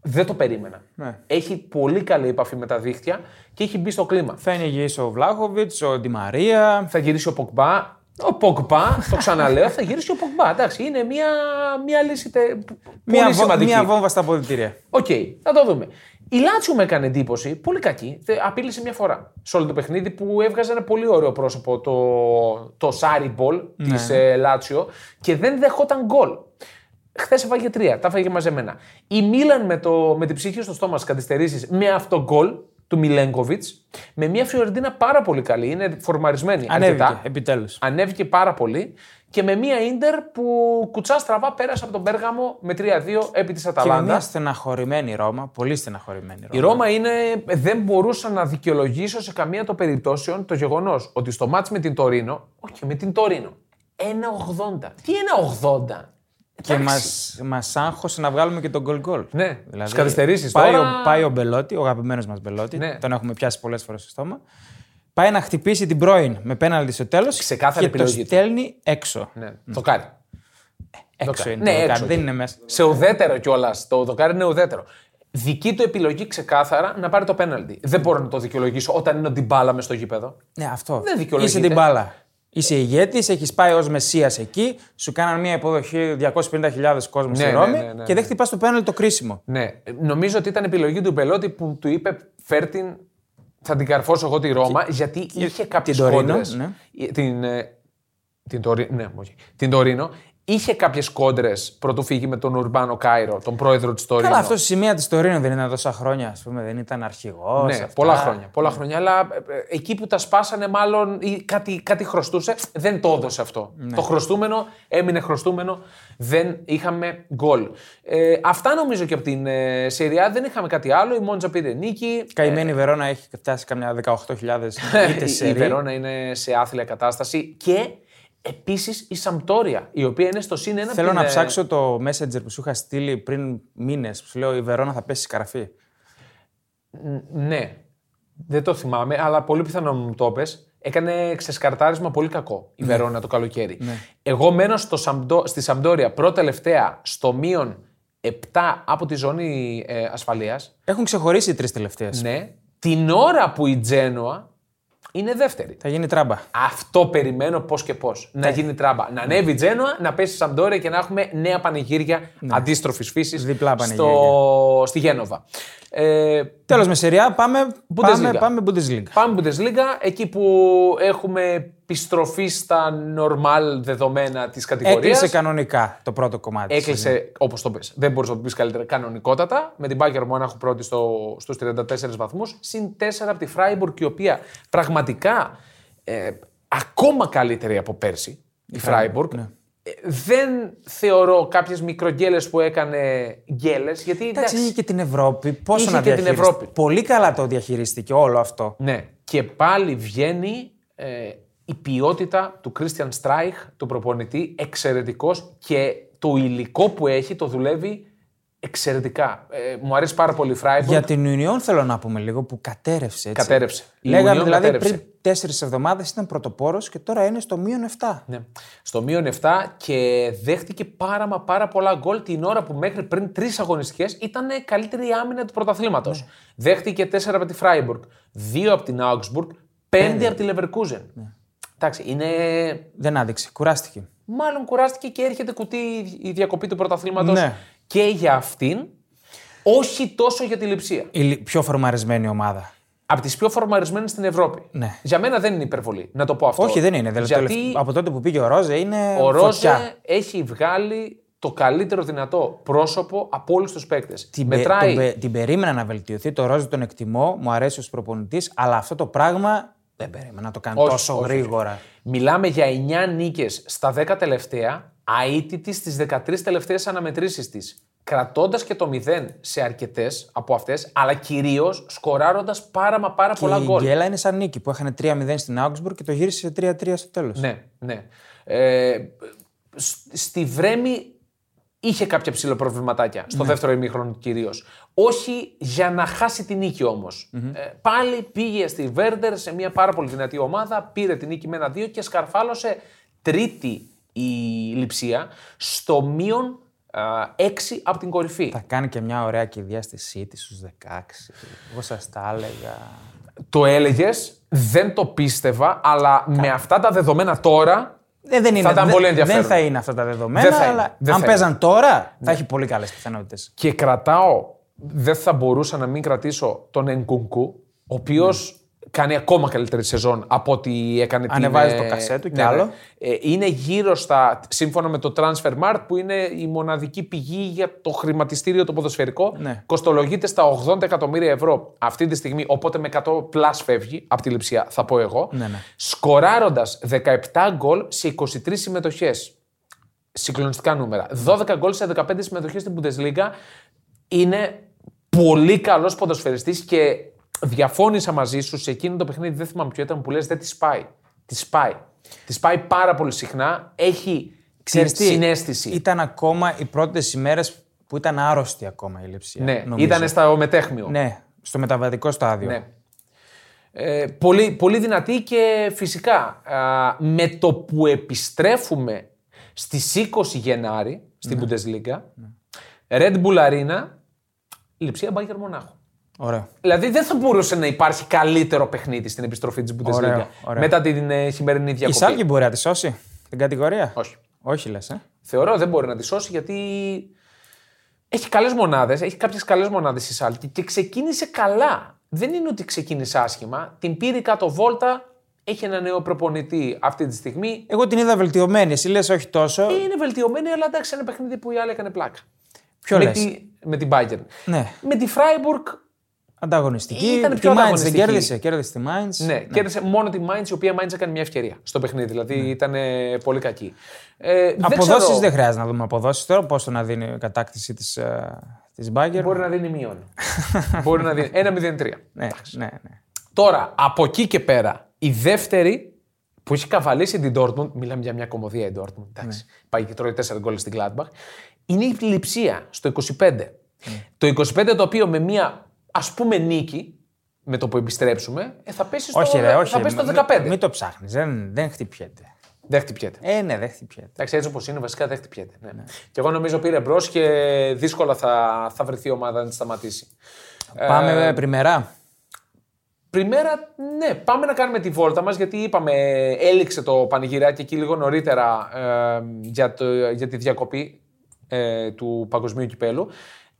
S2: Δεν το περίμενα.
S1: Ναι.
S2: Έχει πολύ καλή επαφή με τα δίχτυα και έχει μπει στο κλίμα.
S1: Θα είναι υγιής ο Βλάχοβιτ, ο Ντι Μαρία.
S2: Θα γυρίσει ο Ποκμπά. Ο Ποκμπά, το ξαναλέω, θα γυρίσει ο Ποκμπά. Εντάξει, είναι μια, μια λύση τε,
S1: Μία,
S2: πολύ
S1: βο-
S2: σημαντική.
S1: μία βόμβα στα αποδητήρια.
S2: Οκ, θα το δούμε. Η Λάτσιο με έκανε εντύπωση, πολύ κακή. Θε- Απείλησε μια φορά σε όλο το παιχνίδι που έβγαζε ένα πολύ ωραίο πρόσωπο το, το Σάρι Μπολ τη Λάτσιο και δεν δεχόταν γκολ. Χθες έφαγε τρία, τα έφαγε μαζεμένα. Η Μίλαν με, το, με την ψυχή στο στόμα στις καθυστερήσεις με αυτό γκολ του Μιλέγκοβιτ, με μια Φιωρεντίνα πάρα πολύ καλή, είναι φορμαρισμένη
S1: Ανέβηκε,
S2: αρκετά.
S1: επιτέλους.
S2: Ανέβηκε πάρα πολύ και με μια ίντερ που κουτσά στραβά πέρασε από τον Πέργαμο με 3-2 επί της
S1: Και με
S2: Αταλάντα.
S1: μια στεναχωρημένη Ρώμα, πολύ στεναχωρημένη
S2: Η Ρώμα είναι, δεν μπορούσα να δικαιολογήσω σε καμία των περιπτώσεων το γεγονός ότι στο μάτς με την Τωρίνο. Όχι, με την Τωρίνο. 1,80. Τι 1,80.
S1: Και
S2: Εντάξει.
S1: μας μας άγχωσε να βγάλουμε και τον γκολ γκολ.
S2: Ναι, στις καθυστερήσεις
S1: Πάει,
S2: τώρα.
S1: ο, πάει ο Μπελότη, ο αγαπημένος μας Μπελότη,
S2: Ναι.
S1: τον έχουμε πιάσει πολλές φορές στο στόμα. Πάει να χτυπήσει την πρώην με πέναλτι στο τέλος.
S2: Ξεκάθαρη
S1: και
S2: επιλογή
S1: το
S2: του.
S1: στέλνει έξω.
S2: Ναι, δοκάρι.
S1: Έξω
S2: Δοκάρι.
S1: είναι.
S2: Ναι,
S1: το δοκάρι,
S2: έξω
S1: δεν
S2: εκεί.
S1: είναι μέσα.
S2: Σε ουδέτερο κιόλας. Το δοκάρι είναι ουδέτερο. Δική του επιλογή ξεκάθαρα να πάρει το πέναλτι. Δεν μπορώ να το δικαιολογήσω όταν είναι ο Ντιμπάλα μες στο γήπεδο.
S1: Ναι, αυτό.
S2: Δεν δικαιολογείται.
S1: Είσαι την μπάλα. Είσαι ηγέτης, έχεις πάει ως μεσία εκεί, σου κάναν μια υποδοχή 250.000 κόσμου στη
S2: ναι,
S1: Ρώμη
S2: ναι, ναι, ναι.
S1: και δεν χτυπάς το πέναλτι το κρίσιμο.
S2: Ναι, νομίζω ότι ήταν επιλογή του Μπελότη που του είπε φέρ την, θα την καρφώσω εγώ τη Ρώμα, γιατί είχε κάποιες
S1: Τωρίνο,
S2: κόντρες.
S1: ναι.
S2: Ε, Την, ε, την, Τωρί- ναι, όχι. την Τωρίνο. Είχε κάποιες κόντρες πρωτού φύγει με τον Ουρμπάνο Κάιρο, τον πρόεδρο της Τωρίνο.
S1: Καλά, αυτό η σημεία τη Τωρίνο δεν ήταν τόσα χρόνια, ας πούμε, δεν ήταν αρχηγός.
S2: Ναι, πολλά χρόνια. Πολλά χρόνια. Αλλά ε, ε, εκεί που τα σπάσανε, μάλλον ή κάτι, κάτι χρωστούσε, δεν το έδωσε αυτό.
S1: Ναι.
S2: Το χρωστούμενο έμεινε χρωστούμενο, δεν είχαμε γκολ. Ε, αυτά νομίζω και από την ε, Σεριά. Δεν είχαμε κάτι άλλο. Η Μόντζα πήρε νίκη.
S1: Καημένη η Βερόνα έχει φτάσει καμιά 18.000 είτε
S2: Ε, η,
S1: σε
S2: η
S1: ρί.
S2: Βερόνα είναι σε άθλια κατάσταση και επίσης η Σαμπτόρια, η οποία είναι στο συν ένα.
S1: Θέλω
S2: απ' την,
S1: να
S2: ε,
S1: ψάξω το messenger που σου είχα στείλει πριν μήνες. Που σου λέω η Βερόνα θα πέσει καραφή.
S2: Ναι, δεν το θυμάμαι, αλλά πολύ πιθανό να μου το πες. Έκανε ξεσκαρτάρισμα πολύ κακό
S1: Ναι.
S2: η Βερόνα το καλοκαίρι. Εγώ μένω στο Σαμπτο- στη Σαμπτόρια πρώτα-τελευταία στο μείον 7 από τη ζώνη ε, ασφαλείας.
S1: Έχουν ξεχωρίσει οι τρεις τελευταίες.
S2: Ναι, την ώρα που η Τζένοα είναι δεύτερη.
S1: Θα γίνει τράμπα.
S2: Αυτό περιμένω πώς και πώς.
S1: Ναι.
S2: Να γίνει τράμπα. Να ανέβει η Τζένοα, να πέσει η Σαμπτόρια και να έχουμε νέα πανηγύρια αντίστροφης φύσης
S1: Ναι. Διπλά πανηγύρια.
S2: στο... στη Γένοβα. Ε,
S1: Τέλος με σειρά, πάμε. Πάμε,
S2: Bundesliga.
S1: πάμε Bundesliga.
S2: πάμε Bundesliga, εκεί που έχουμε επιστροφή στα normal δεδομένα της κατηγορίας.
S1: Έκλεισε κανονικά το πρώτο κομμάτι. της σεζόν.
S2: Έκλεισε όπως το πες. Δεν μπορείς να το πεις καλύτερα. Κανονικότατα. Με την Bayern Μόναχο πρώτη στο, στους 34 βαθμούς. Συν 4 από τη Freiburg, η οποία πραγματικά ε, ακόμα καλύτερη από πέρσι. Η Freiburg.
S1: ναι.
S2: Ε, δεν θεωρώ κάποιες μικρογκέλες που έκανε γκέλες.
S1: Εντάξει, είχε
S2: Γιατί. εντάξει,
S1: και την Ευρώπη. Πόσο
S2: Είχε
S1: να
S2: και την
S1: διαχειριστεί.
S2: Ευρώπη.
S1: Πολύ καλά το διαχειρίστηκε όλο αυτό.
S2: Ναι. Και πάλι βγαίνει ε, η ποιότητα του Christian Streich, του προπονητή, εξαιρετικός και το υλικό που έχει το δουλεύει εξαιρετικά. Ε, μου αρέσει πάρα πολύ η Freiburg.
S1: Για την Union θέλω να πούμε λίγο που κατέρευσε. Έτσι.
S2: Κατέρευσε. Η
S1: Λέγαμε
S2: Union
S1: δηλαδή
S2: κατέρευσε.
S1: πριν τέσσερις εβδομάδες ήταν πρωτοπόρος και τώρα είναι στο μείον 7.
S2: Ναι. Στο μείον 7 και δέχτηκε πάρα μα πάρα πολλά γκολ την ώρα που μέχρι πριν τρεις αγωνιστικές ήταν καλύτερη η άμυνα του πρωταθλήματος. Δέχτηκε 4 από τη Freiburg, 2 από την Augsburg, 5 από τη Leverkusen. Εντάξει, είναι
S1: Δεν άδειξε. Κουράστηκε.
S2: μάλλον κουράστηκε και έρχεται κουτί η διακοπή του πρωταθλήματος
S1: Ναι.
S2: και για αυτήν. Όχι τόσο για τη λειψία.
S1: Η λι- πιο φορμαρισμένη ομάδα.
S2: Από τις πιο φορμαρισμένες στην Ευρώπη.
S1: Ναι.
S2: Για μένα δεν είναι υπερβολή. Να το πω αυτό.
S1: Όχι, δεν είναι. Δηλαδή,
S2: Γιατί
S1: τελευτα- Από τότε που πήγε ο Ρόζε είναι.
S2: ο
S1: φωτιά.
S2: Ρόζε έχει βγάλει το καλύτερο δυνατό πρόσωπο από όλους τους παίκτες.
S1: Την, πε-
S2: Μετράει.
S1: τον πε- την περίμενα να βελτιωθεί. Το Ρόζε τον εκτιμώ. Μου αρέσει ως προπονητής. Αλλά αυτό το πράγμα δεν περίμενα να το κάνει
S2: Όχι,
S1: τόσο
S2: όχι, όχι.
S1: γρήγορα.
S2: Μιλάμε για 9 νίκες στα 10 τελευταία, αίτητη στις 13 τελευταίες αναμετρήσεις της. Κρατώντας και το 0 σε αρκετές από αυτές, αλλά κυρίως σκοράροντα πάρα μα πάρα πολλά
S1: η
S2: γκολ.
S1: γκέλα είναι σαν νίκη που έχανε 3-0 στην Augsburg και το γύρισε σε 3-3 στο τέλος.
S2: Ναι, ναι. Ε, σ- στη Βρέμη είχε κάποια ψηλό προβληματάκια, στο δεύτερο ημίχρονο κυρίως. Όχι για να χάσει την νίκη όμως. Ε, πάλι πήγε στη Βέρντερ σε μια πάρα πολύ δυνατή ομάδα, πήρε την νίκη με ένα-δύο και σκαρφάλωσε τρίτη η λειψία στο μείον 6 από την κορυφή.
S1: Θα κάνει και μια ωραία κηδεία στη City στους 16. Εγώ σας τα έλεγα.
S2: Το έλεγες, δεν το πίστευα, αλλά με αυτά τα δεδομένα τώρα.
S1: Ε, δεν είναι,
S2: ήταν
S1: δεν-
S2: πολύ
S1: δεν
S2: ενδιαφέρον.
S1: θα είναι Ναι. αυτά τα δεδομένα,
S2: θα είναι,
S1: αλλά
S2: δεν
S1: αν
S2: θα
S1: παίζαν τώρα θα έχει πολύ καλές πιθανότητες.
S2: Και κρατάω δεν θα μπορούσα να μην κρατήσω τον Ενκουνκού, ο οποίος κάνει ακόμα καλύτερη σεζόν από ό,τι έκανε την...
S1: Ναι. Ανεβάζει το κασέ του κι άλλο.
S2: Ε, Είναι γύρω στα, σύμφωνα με το Transfermarkt, που είναι η μοναδική πηγή για το χρηματιστήριο το ποδοσφαιρικό,
S1: Ναι.
S2: κοστολογείται στα 80 εκατομμύρια ευρώ αυτή τη στιγμή, οπότε με 100 πλάς φεύγει, από τη λειψία θα πω εγώ,
S1: Ναι, ναι.
S2: σκοράροντας 17 γκολ σε 23 συμμετοχές. Συγκλονιστικά νούμερα. 12 γκολ σε 15 συμμετοχές στην Bundesliga. Είναι πολύ καλός ποδοσφαιριστής και διαφώνησα μαζί σου σε εκείνο το παιχνίδι, δεν θυμάμαι ποιο ήταν, που λες δεν τη πάει. Τη πάει. Τη πάει πάρα πολύ συχνά. Έχει
S1: Ξέρεις
S2: τη
S1: τι,
S2: συνέστηση.
S1: Ήταν ακόμα οι πρώτες ημέρε που ήταν άρρωστη ακόμα η λήψη.
S2: Ναι, ήταν στο μετέχμιο.
S1: Ναι, στο μεταβατικό στάδιο.
S2: Ναι. Ε, πολύ, πολύ δυνατή και φυσικά α, με το που επιστρέφουμε στις 20 Γενάρη στην
S1: Ναι.
S2: Bundesliga, Red Bull Arena, Λιψία Bayern Μονάχου.
S1: Ωραίο.
S2: Δηλαδή δεν θα μπορούσε να υπάρχει καλύτερο παιχνίδι στην επιστροφή της Bundesliga
S1: Ωραίο, ωραίο.
S2: μετά την ε, χειμερινή
S1: Η
S2: διακοπή.
S1: Σάλκη μπορεί να τη σώσει την κατηγορία.
S2: Όχι.
S1: Όχι λες, ε.
S2: Θεωρώ δεν μπορεί να τη σώσει γιατί έχει καλές μονάδες, έχει κάποιες καλές μονάδες η Σάλκη και ξεκίνησε καλά. Δεν είναι ότι ξεκίνησε άσχημα. Την πήρε κάτω βόλτα, έχει ένα νέο προπονητή αυτή τη στιγμή.
S1: Εγώ την είδα βελτιωμένη. Εσύ λες, όχι τόσο.
S2: Ε, Είναι βελτιωμένη, αλλά εντάξει, ένα παιχνίδι που η άλλη έκανε πλάκα.
S1: Ποιο
S2: με,
S1: λες?
S2: τη, με την Bayern.
S1: Ναι,
S2: Με τη Freiburg,
S1: ανταγωνιστική.
S2: Ήταν
S1: Τη
S2: πιο
S1: Mainz δεν
S2: ανταγωνιστική.
S1: κέρδισε. Κέρδισε τη Μάιντ.
S2: ναι, κέρδισε μόνο τη Mainz, η οποία Mainz έκανε μια ευκαιρία στο παιχνίδι. Δηλαδή
S1: Ναι.
S2: ήταν ε, πολύ κακή. Ε, δεν
S1: Αποδόσει
S2: ξέρω,
S1: δεν χρειάζεται να δούμε αποδόσεις τώρα. Πόσο να δίνει η κατάκτηση της της Μπάγκερ.
S2: Μπορεί να δίνει μείον. μπορεί να δίνει. 1-0-3.
S1: Ναι, ναι, ναι.
S2: Τώρα, από εκεί και πέρα, η δεύτερη που έχει καβαλήσει την Dortmund, μιλάμε για μια κομμωδία η Dortmund, εντάξει,
S1: Ναι.
S2: πάει και τρώει 4 γκολ στην Gladbach, είναι η λειψία στο 25.
S1: Ναι.
S2: Το 25 το οποίο με μια ας πούμε νίκη, με το που επιστρέψουμε, ε, θα πέσει στο,
S1: όχι, ρε, όχι.
S2: θα πέσει
S1: μη-
S2: στο 15.
S1: Μην το ψάχνεις. Δεν, δεν χτυπιέται.
S2: Δεν χτυπιέται.
S1: Ε, ναι, δεν χτυπιέται.
S2: Εντάξει, έτσι όπως είναι, βασικά δεν χτυπιέται. Ναι. Και εγώ νομίζω πήρε μπρος και δύσκολα θα, θα βρεθεί η ομάδα να τη σταματήσει. Ε,
S1: Πάμε με πριμερά.
S2: Πριμέρα, ναι, πάμε να κάνουμε τη βόλτα μας γιατί είπαμε, έληξε το πανηγυράκι εκεί λίγο νωρίτερα ε, για, το, για τη διακοπή ε, του παγκοσμίου κυπέλου.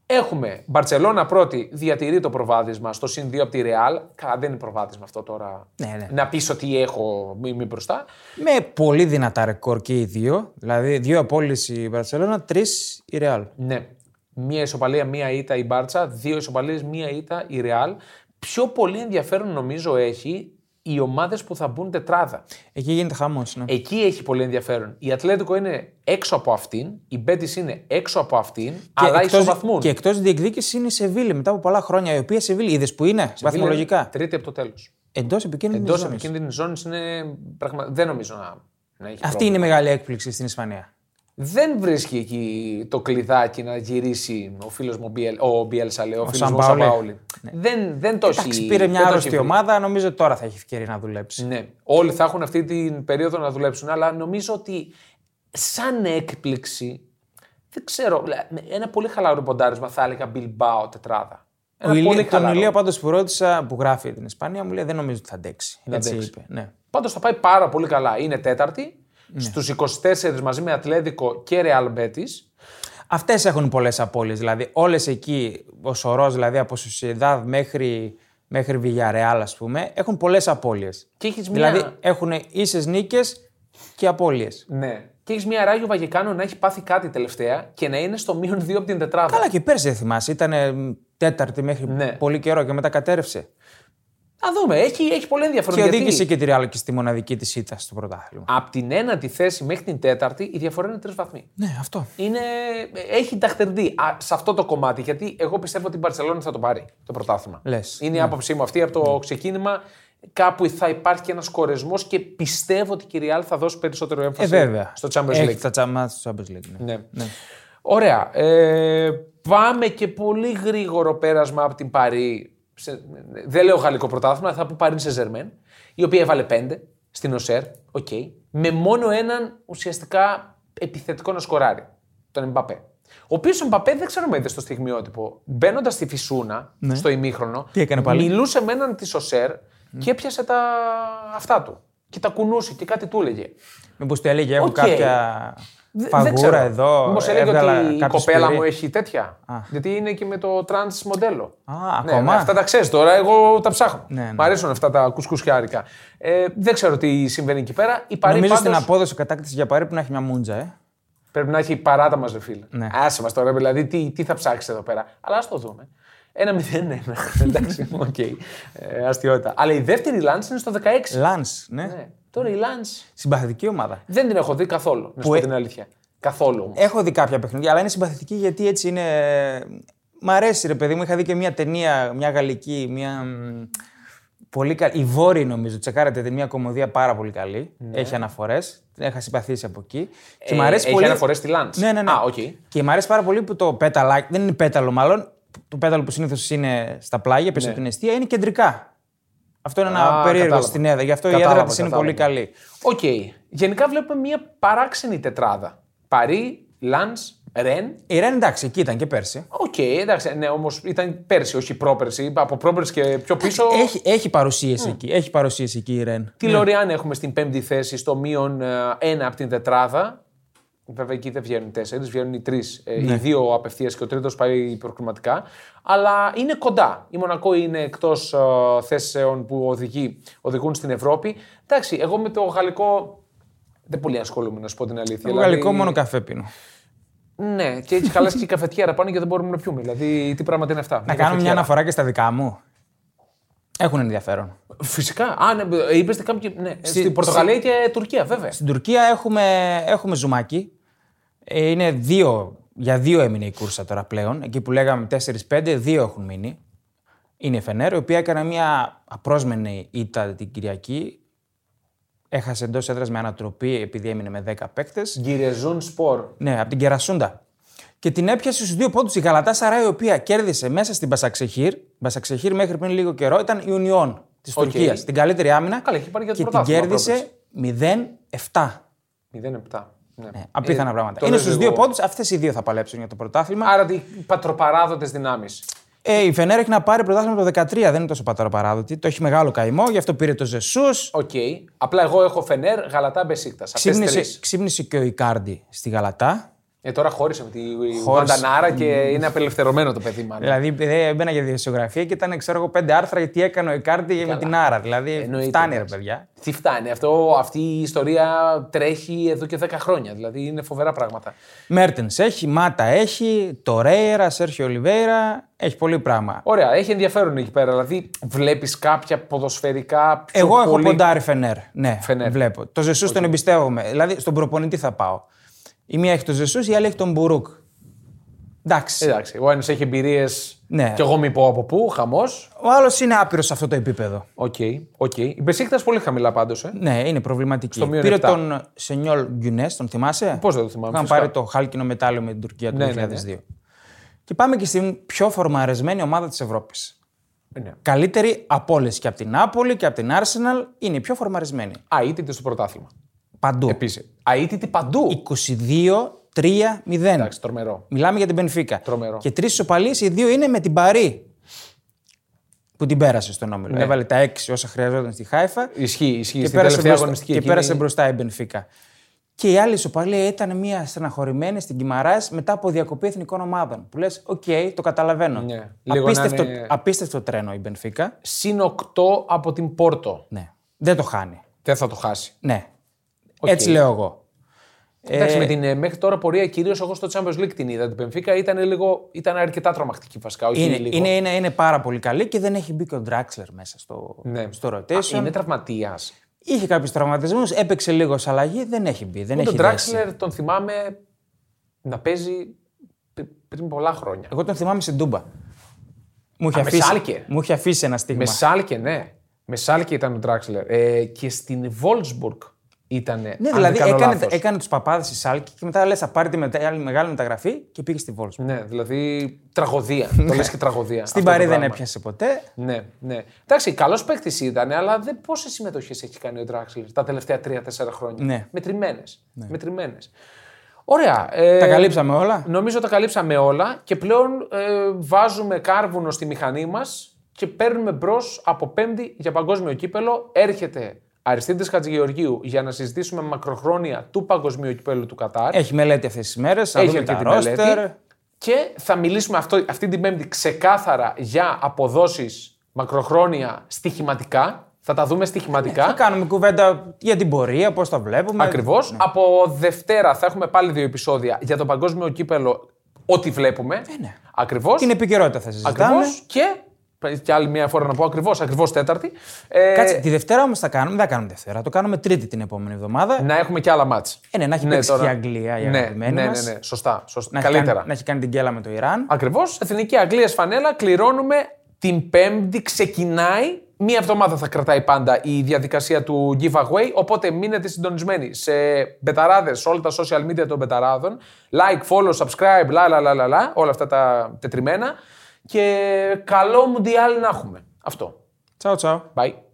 S2: Έχουμε Μπαρσελόνα πρώτη, διατηρεί το προβάδισμα στο συν 2 από τη Ρεάλ. Καλά, δεν είναι προβάδισμα αυτό τώρα.
S1: Ναι, ναι.
S2: Να πεις ότι έχω μη, μη μπροστά.
S1: Με πολύ δυνατά ρεκόρ και οι δύο. Δηλαδή, δύο απόλυση η Μπαρσελόνα, τρεις η Ρεάλ.
S2: Ναι. Μία ισοπαλία, μία ήττα η Μπάρτσα, δύο ισοπαλίες, μία ήττα η Ρεάλ. Πιο πολύ ενδιαφέρον νομίζω έχει οι ομάδες που θα μπουν τετράδα.
S1: Εκεί γίνεται χαμός. Ναι.
S2: Εκεί έχει πολύ ενδιαφέρον. Η Ατλέτικο είναι έξω από αυτήν, η Μπέτη είναι έξω από αυτήν,
S1: Και
S2: αλλά
S1: εκτός-
S2: ισοβαθμούν.
S1: Και εκτός διεκδίκησης είναι η Σεβίλη μετά από πολλά χρόνια. Η οποία Σεβίλη, είδες που είναι βαθμολογικά.
S2: Δηλαδή, Τρίτη από το τέλος.
S1: Εντός επικίνδυνης
S2: Εντός
S1: ζώνης.
S2: επικίνδυνης ζώνης είναι. Πραγμα... Δεν νομίζω να, να έχει.
S1: Αυτή είναι
S2: πρόβλημα.
S1: η μεγάλη έκπληξη στην Ισπανία.
S2: Δεν βρίσκει εκεί το κλειδάκι να γυρίσει ο φίλος μου Μπιελ, ο Μπιέλσα, λέω, ο, φίλος μου ο
S1: Σαμπαόλη.
S2: Σαμπαόλη. Δεν, δεν το έχει.
S1: Ναι. Εντάξει, πήρε
S2: δεν
S1: μια
S2: το έχει
S1: άρρωστη
S2: βρει.
S1: ομάδα, νομίζω τώρα θα έχει ευκαιρία να δουλέψει.
S2: Ναι, όλοι θα έχουν αυτή την περίοδο να δουλέψουν, αλλά νομίζω ότι σαν έκπληξη, δεν ξέρω, δηλαδή, ένα πολύ χαλαρό ποντάρισμα θα έλεγα Bilbao τετράδα. Ένα
S1: Ο Ηλία-
S2: πολύ
S1: τον
S2: χαλαρό.
S1: Ηλία πάντως που ρώτησα, που γράφει την Ισπανία, μου λέει δεν νομίζω ότι θα αντέξει. Έτσι
S2: αντέξει.
S1: είπε. Ναι.
S2: Πάντως θα πάει πάρα πολύ καλά. Είναι τέταρτη, στους 24 μαζί με Ατλέτικο και Real Betis.
S1: Αυτές έχουν πολλές απώλειες. Δηλαδή, όλες εκεί, ο σωρός δηλαδή από Σουσιεδάδ μέχρι, μέχρι Villarreal, ας πούμε, έχουν πολλές απώλειες.
S2: Και έχεις μια...
S1: Δηλαδή, έχουν ίσες νίκες και απώλειες.
S2: Ναι. Και έχεις μια Ράγιο Βαγεκάνο να έχει πάθει κάτι τελευταία και να είναι στο μείον 2 από την τετράδα.
S1: Καλά, και πέρσι δεν θυμάσαι. Ήταν τέταρτη μέχρι
S2: Ναι.
S1: πολύ καιρό και μετά κατέρευσε.
S2: Να δούμε, έχει, έχει πολύ ενδιαφέρον.
S1: Και
S2: γιατί-
S1: οδήγησε και τη Real και στη μοναδική της ήττα στο πρωτάθλημα.
S2: Από την ένατη θέση μέχρι την τέταρτη η διαφορά είναι τρεις βαθμοί.
S1: Ναι, αυτό.
S2: είναι, έχει ταχτερντεί α, σε αυτό το κομμάτι. Γιατί εγώ πιστεύω ότι η Μπαρσελόνη θα το πάρει το πρωτάθλημα.
S1: Λες, Ναι.
S2: Είναι η άποψή μου αυτή από το ξεκίνημα. Κάπου θα υπάρχει και ένας κορεσμός και πιστεύω ότι η Real θα δώσει περισσότερο
S1: Ε,
S2: έμφαση
S1: βέβαια.
S2: στο Champions League.
S1: Έχει τα τσάμα στο Champions League. Ναι.
S2: Ναι. Ωραία. Ε, πάμε και πολύ γρήγορο πέρασμα από την Παρή. σε- δεν λέω γαλλικό πρωτάθλημα, θα πω Παρή σε Ζερμέν, η οποία έβαλε πέντε στην Οσέρ. Οκ. Με μόνο έναν ουσιαστικά επιθετικό να σκοράρει. Τον Εμπαπέ. Ο οποίος ο Εμπαπέ δεν ξέρω με είδε στο στιγμιότυπο. Μπαίνοντας στη Φυσούνα, στο ημίχρονο,
S1: Ναι. Τι έκανε πάλι?
S2: μιλούσε με έναν της Οσέρ και έπιασε τα αυτά του. Και τα κουνούσε και κάτι του έλεγε.
S1: Μήπως του έλεγε: Έχω
S2: Οκ.
S1: κάποια. Φαγούρα εδώ.
S2: Μήπως έλεγε
S1: έβγαλα
S2: ότι η
S1: κάποια
S2: κοπέλα
S1: σπηρή.
S2: μου έχει τέτοια. Γιατί είναι και με το trans μοντέλο.
S1: Α,
S2: ναι,
S1: ακόμα?
S2: ναι, αυτά τα ξέρεις τώρα, εγώ τα ψάχνω.
S1: Ναι, ναι.
S2: Μ' αρέσουν αυτά τα κουσκουσιάρικα. Ε, δεν ξέρω τι συμβαίνει εκεί πέρα. Η Παρή
S1: Νομίζω
S2: πάντως
S1: στην απόδοση κατάκτηση για παρή που να έχει μια μουντζα, ε.
S2: πρέπει να έχει παράτα μα, ρε φίλε.
S1: Ναι.
S2: Άσε μας τώρα, δηλαδή τι, τι θα ψάξεις εδώ πέρα. Αλλά ας το δούμε. Ένα 0-1. Εντάξει, οκ. Ε, αστείωτα. Αλλά η δεύτερη Λάνς είναι στο 16.
S1: Λαν, ναι.
S2: Ναι. Τώρα η Λάνς
S1: Συμπαθητική ομάδα.
S2: δεν την έχω δει καθόλου. Να σου
S1: Που
S2: πω
S1: ε-
S2: την αλήθεια. Καθόλου. όμως.
S1: Έχω δει κάποια παιχνίδια, αλλά είναι συμπαθητική γιατί έτσι είναι. ε, Μ' αρέσει ρε παιδί μου. Είχα δει και μια ταινία, μια γαλλική, μια. μ, Πολύ καλή. Η Βόρη, νομίζω. Τσεκάρατε την μια κομμωδία πάρα πολύ καλή. Έχει αναφορές. Την είχα συμπαθήσει από εκεί. και μ' αρέσει
S2: Ναι. Ε, έχει
S1: πολύ.
S2: αναφορές στη Lance.
S1: Ναι, ναι, ναι.
S2: Α, οκ.
S1: Και μ' αρέσει πάρα πολύ που το πέταλα. Δεν είναι πέταλο, μάλλον. Το πέταλο που συνήθως είναι στα πλάγια, πίσω από την αιστεία, είναι κεντρικά. Αυτό είναι ένα
S2: Ναι. Α,
S1: περίεργο
S2: κατάλαβα.
S1: στην έδρα. Γι' αυτό η
S2: Κατάλαβα,
S1: έδρα της είναι πολύ
S2: κατάλαβα.
S1: καλή.
S2: Οκ. Γενικά βλέπουμε μια παράξενη τετράδα. Παρί, Λαν, Ρεν.
S1: Η Ρεν εντάξει, εκεί ήταν και πέρσι.
S2: Οκ, εντάξει, ναι, όμως ήταν πέρσι, όχι πρόπερσι. Από πρόπερσι και πιο πίσω.
S1: Έχει, ναι. έχει παρουσίαση εκεί. Έχει παρουσίαση εκεί η Ρεν.
S2: Τη Λοριάν έχουμε στην πέμπτη θέση, στο μείον ε, ένα από την τετράδα. Βέβαια εκεί δεν βγαίνουν τέσσερις, βγαίνουν οι τρεις.
S1: Ναι.
S2: Οι δύο απευθείας και ο τρίτος πάει προκριματικά. Αλλά είναι κοντά. Η Μονακό είναι εκτός θέσεων που οδηγεί, οδηγούν στην Ευρώπη. Εντάξει, εγώ με το γαλλικό. Δεν πολύ ασχολούμαι, να σου πω την αλήθεια.
S1: Εγώ
S2: Δηλαδή,
S1: γαλλικό μόνο καφέ πίνω.
S2: Ναι, και έτσι χαλάσει και η καφετιέρα πάνω και δεν μπορούμε να πιούμε. Δηλαδή, τι πράγματα είναι αυτά.
S1: Να κάνουμε μια αναφορά και στα δικά μου. Έχουν ενδιαφέρον.
S2: Φυσικά. Α, ναι, είπε κάποιοι. Ναι, στην
S1: στη-
S2: Πορτογαλία και Τουρκία, βέβαια.
S1: Στην Τουρκία έχουμε, έχουμε ζουμάκι. Ε, Είναι δύο, για δύο έμεινε η κούρσα τώρα πλέον. Εκεί που λέγαμε 4-5, δύο έχουν μείνει. Είναι η Φενέρ, η οποία έκανε μια απρόσμενη ήττα την Κυριακή. Έχασε εντός έδρας με ανατροπή επειδή έμεινε με 10 παίκτε.
S2: Γκυρεζούν σπορ.
S1: Ναι, από την Κερασούντα. Και την έπιασε στους δύο πόντους η Γαλατά Σαράι, η οποία κέρδισε μέσα στην Μπασαξεχήρ. Μπασαξεχήρ μέχρι πριν λίγο καιρό ήταν η Ουνιόν της
S2: Οκ.
S1: Τουρκίας. Την καλύτερη άμυνα.
S2: Καλά, είχε πάρει και το
S1: και την
S2: πρωτάθλημα
S1: κέρδισε 0-7.
S2: 0-7. Ναι.
S1: Απίθανα
S2: Ε, το
S1: πράγματα. Είναι
S2: λέω
S1: στου
S2: εγώ.
S1: δύο πόντους, αυτές οι δύο θα παλέψουν για το πρωτάθλημα.
S2: Άρα οι πατροπαράδοτες δυνάμεις.
S1: Ε, η Φενέρ έχει να πάρει πρωτάθλημα το 13, δεν είναι τόσο πατροπαράδοτη. Το έχει μεγάλο καημό, γι' αυτό πήρε το Ζεσούς.
S2: Οκ. Απλά εγώ έχω Φενέρ, Γαλατά, Μπεσίκτας. Αυτές τι τρεις.
S1: Ξύπνησε, ξύπνησε και ο Ικάρντι στη Γαλατά.
S2: Ε, τώρα χώρισε με τη
S1: Χώρισε.
S2: Βαντανάρα και είναι απελευθερωμένο το παιδί, μάλλον.
S1: Δηλαδή, ε, έμπαινα για δημοσιογραφία και ήταν, ξέρω εγώ, πέντε άρθρα γιατί έκανε ο Ικάρντι με την Άρα. Δηλαδή,
S2: Εννοείται,
S1: φτάνει, ρε
S2: εντάξει.
S1: παιδιά.
S2: Τι φτάνει, αυτό, αυτή η ιστορία τρέχει εδώ και 10 χρόνια. Δηλαδή είναι φοβερά πράγματα.
S1: Μέρτεν έχει, Μάτα έχει, Τορέιρα, Σέρχιο Ολιβέιρα. Έχει πολύ πράγμα.
S2: Ωραία, έχει ενδιαφέρον εκεί πέρα. Δηλαδή βλέπεις κάποια ποδοσφαιρικά. Πιο
S1: Εγώ έχω
S2: πολύ...
S1: ποντάρει Φενέρ. Ναι,
S2: Φενέρ.
S1: βλέπω. Το Ζεσούς τον εμπιστεύομαι. Δηλαδή, στον προπονητή θα πάω. Η μία έχει τον Ζεσούς, η άλλη έχει τον Μπουρούκ. Εντάξει.
S2: Εντάξει, ο ένας έχει εμπειρίες.
S1: Ναι.
S2: Και εγώ μη πω από πού, χαμός.
S1: Ο άλλος είναι άπειρος σε αυτό το επίπεδο.
S2: Οκ, οκ. Η Μπεσίκτα πολύ χαμηλά πάντως. Ε.
S1: Ναι, είναι προβληματική.
S2: μείον
S1: Πήρε
S2: επτά.
S1: τον Σενιόλ Γκουνέ, τον θυμάσαι.
S2: Πώς δεν το θυμάμαι,
S1: Είχαν
S2: φυσικά.
S1: πάρει το χάλκινο μετάλλιο με την Τουρκία το
S2: Ναι,
S1: 2002.
S2: ναι, ναι.
S1: Και πάμε και στην πιο φορμαρισμένη ομάδα της Ευρώπης.
S2: Ναι.
S1: Καλύτερη από όλες και από την Νάπολη και από την Arsenal είναι η πιο φορμαρισμένη.
S2: Αίτητη στο πρωτάθλημα.
S1: Παντού.
S2: Επίσης. Αίτητη παντού.
S1: 22-3-0.
S2: Εντάξει, τρομερό.
S1: Μιλάμε για την Πενφύκα.
S2: Τρομερό.
S1: Και τρεις ισοπαλίες, οι δύο είναι με την Παρή. Που την πέρασε στον όμιλο. Έβαλε τα 6 όσα χρειαζόταν στη Χάιφα.
S2: Ισχύει, ισχύει.
S1: και
S2: Ναι. Στην τελευταία
S1: μπροστά,
S2: αγωνιστική.
S1: και
S2: εκείνη-
S1: πέρασε μπροστά η Μπενφίκα. Και η άλλη ισοπαλία ήταν μια στεναχωρημένη στην Κιμαράε μετά από διακοπή εθνικών ομάδων. Που λες, οκ, το καταλαβαίνω.
S2: Ναι, λίγο να
S1: απίστευτο,
S2: είναι-
S1: απίστευτο τρένο η Μπενφίκα.
S2: Συν 8 από την Πόρτο.
S1: Ναι. Δεν το χάνει.
S2: Δεν θα το χάσει.
S1: Ναι. Έτσι λέω εγώ.
S2: Εντάξει, με την ε, μέχρι τώρα πορεία κυρίως εγώ στο Champions League την είδα. Την Πενφύκα ήταν, λίγο, ήταν αρκετά τρομακτική βασικά. Όχι
S1: Είναι,
S2: λίγο.
S1: είναι, είναι, είναι πάρα πολύ καλή και δεν έχει μπει και ο Ντράξλερ μέσα στο,
S2: Ναι.
S1: στο
S2: Α,
S1: rotation.
S2: είναι τραυματίας.
S1: Είχε κάποιους τραυματισμούς, έπαιξε λίγο ως αλλαγή, δεν έχει μπει. Δεν
S2: Τον
S1: έχει δέσει.
S2: Draxler τον θυμάμαι να παίζει πρι- πριν πολλά χρόνια.
S1: Εγώ τον θυμάμαι σε ντούμπα. Μου είχε,
S2: με Σάλκε.
S1: αφήσει, μου είχε αφήσει ένα
S2: Με
S1: στίγμα.
S2: Σάλκε, ναι. Με Σάλκε ήταν ο Draxler. Ε, και στην Wolfsburg ήταν.
S1: Ναι, δηλαδή έκανε, έκανε τους παπάδες στη Σάλκη και μετά λες: Θα πάρει τη μετα- άλλη μεγάλη μεταγραφή και πήγε στη Βόλσμπουργκ.
S2: Ναι, δηλαδή τραγωδία. το λες και τραγωδία. αυτό
S1: Ναι. Στην
S2: το
S1: Παρή δεν
S2: πράγμα.
S1: έπιασε ποτέ.
S2: Ναι, ναι. Εντάξει, καλός παίκτης ήταν, αλλά δεν πόσες συμμετοχές έχει κάνει ο Draxler τα τελευταία 3-4 χρόνια.
S1: Ναι.
S2: Μετρημένες. Ωραία. ε,
S1: Τα καλύψαμε όλα.
S2: Νομίζω τα καλύψαμε όλα και πλέον ε, βάζουμε κάρβουνο στη μηχανή μας και παίρνουμε μπρος από πέμπτη για παγκόσμιο κύπελο. Έρχεται Αριστίδη Χατζηγεωργίου για να συζητήσουμε μακροχρόνια του παγκοσμίου κυπέλου του Κατάρ.
S1: Έχει μελέτη αυτές τις μέρες.
S2: Έχει αρκετή μελέτη. Και θα μιλήσουμε αυτό, αυτή την Πέμπτη ξεκάθαρα για αποδόσεις μακροχρόνια στοιχηματικά. Θα τα δούμε στοιχηματικά.
S1: Ε, Θα κάνουμε Ναι. κουβέντα για την πορεία, πώς τα βλέπουμε.
S2: Ακριβώς. Από Δευτέρα θα έχουμε πάλι δύο επεισόδια για το παγκόσμιο κύπελο. Ό,τι βλέπουμε.
S1: Ε, ναι.
S2: Ακριβώς.
S1: Την επικαιρότητα θα συζητάμε.
S2: Ακριβώς. Και. Και άλλη μια φορά να πω ακριβώς, ακριβώς Τέταρτη. Ε,
S1: Κάτσε, τη Δευτέρα όμως θα κάνουμε. Δεν θα κάνουμε Δευτέρα. Το κάνουμε Τρίτη την επόμενη εβδομάδα.
S2: Να έχουμε και άλλα μάτς.
S1: Ε, ναι, να έχει
S2: Ναι,
S1: παίξει
S2: τώρα.
S1: και η Αγγλία για
S2: ναι, ναι,
S1: αγαπημένη
S2: ναι,
S1: μας.
S2: ναι. Σωστά. σωστά.
S1: Να έχει
S2: Καλύτερα.
S1: κάνει- ναι. να έχει κάνει την κέλα με το Ιράν.
S2: Ακριβώς. Εθνική Αγγλίας φανέλα. Κληρώνουμε την Πέμπτη. Ξεκινάει. Μία εβδομάδα θα κρατάει πάντα η διαδικασία του giveaway. Οπότε μείνετε συντονισμένοι σε μπεταράδες, σε όλα τα social media των μπεταράδων. Like, follow, subscribe, λα λα λα λα, λα όλα αυτά τα τετριμένα. Και καλό μουντιάλ να έχουμε. Αυτό.
S1: Τσαου, τσαου.
S2: Bye.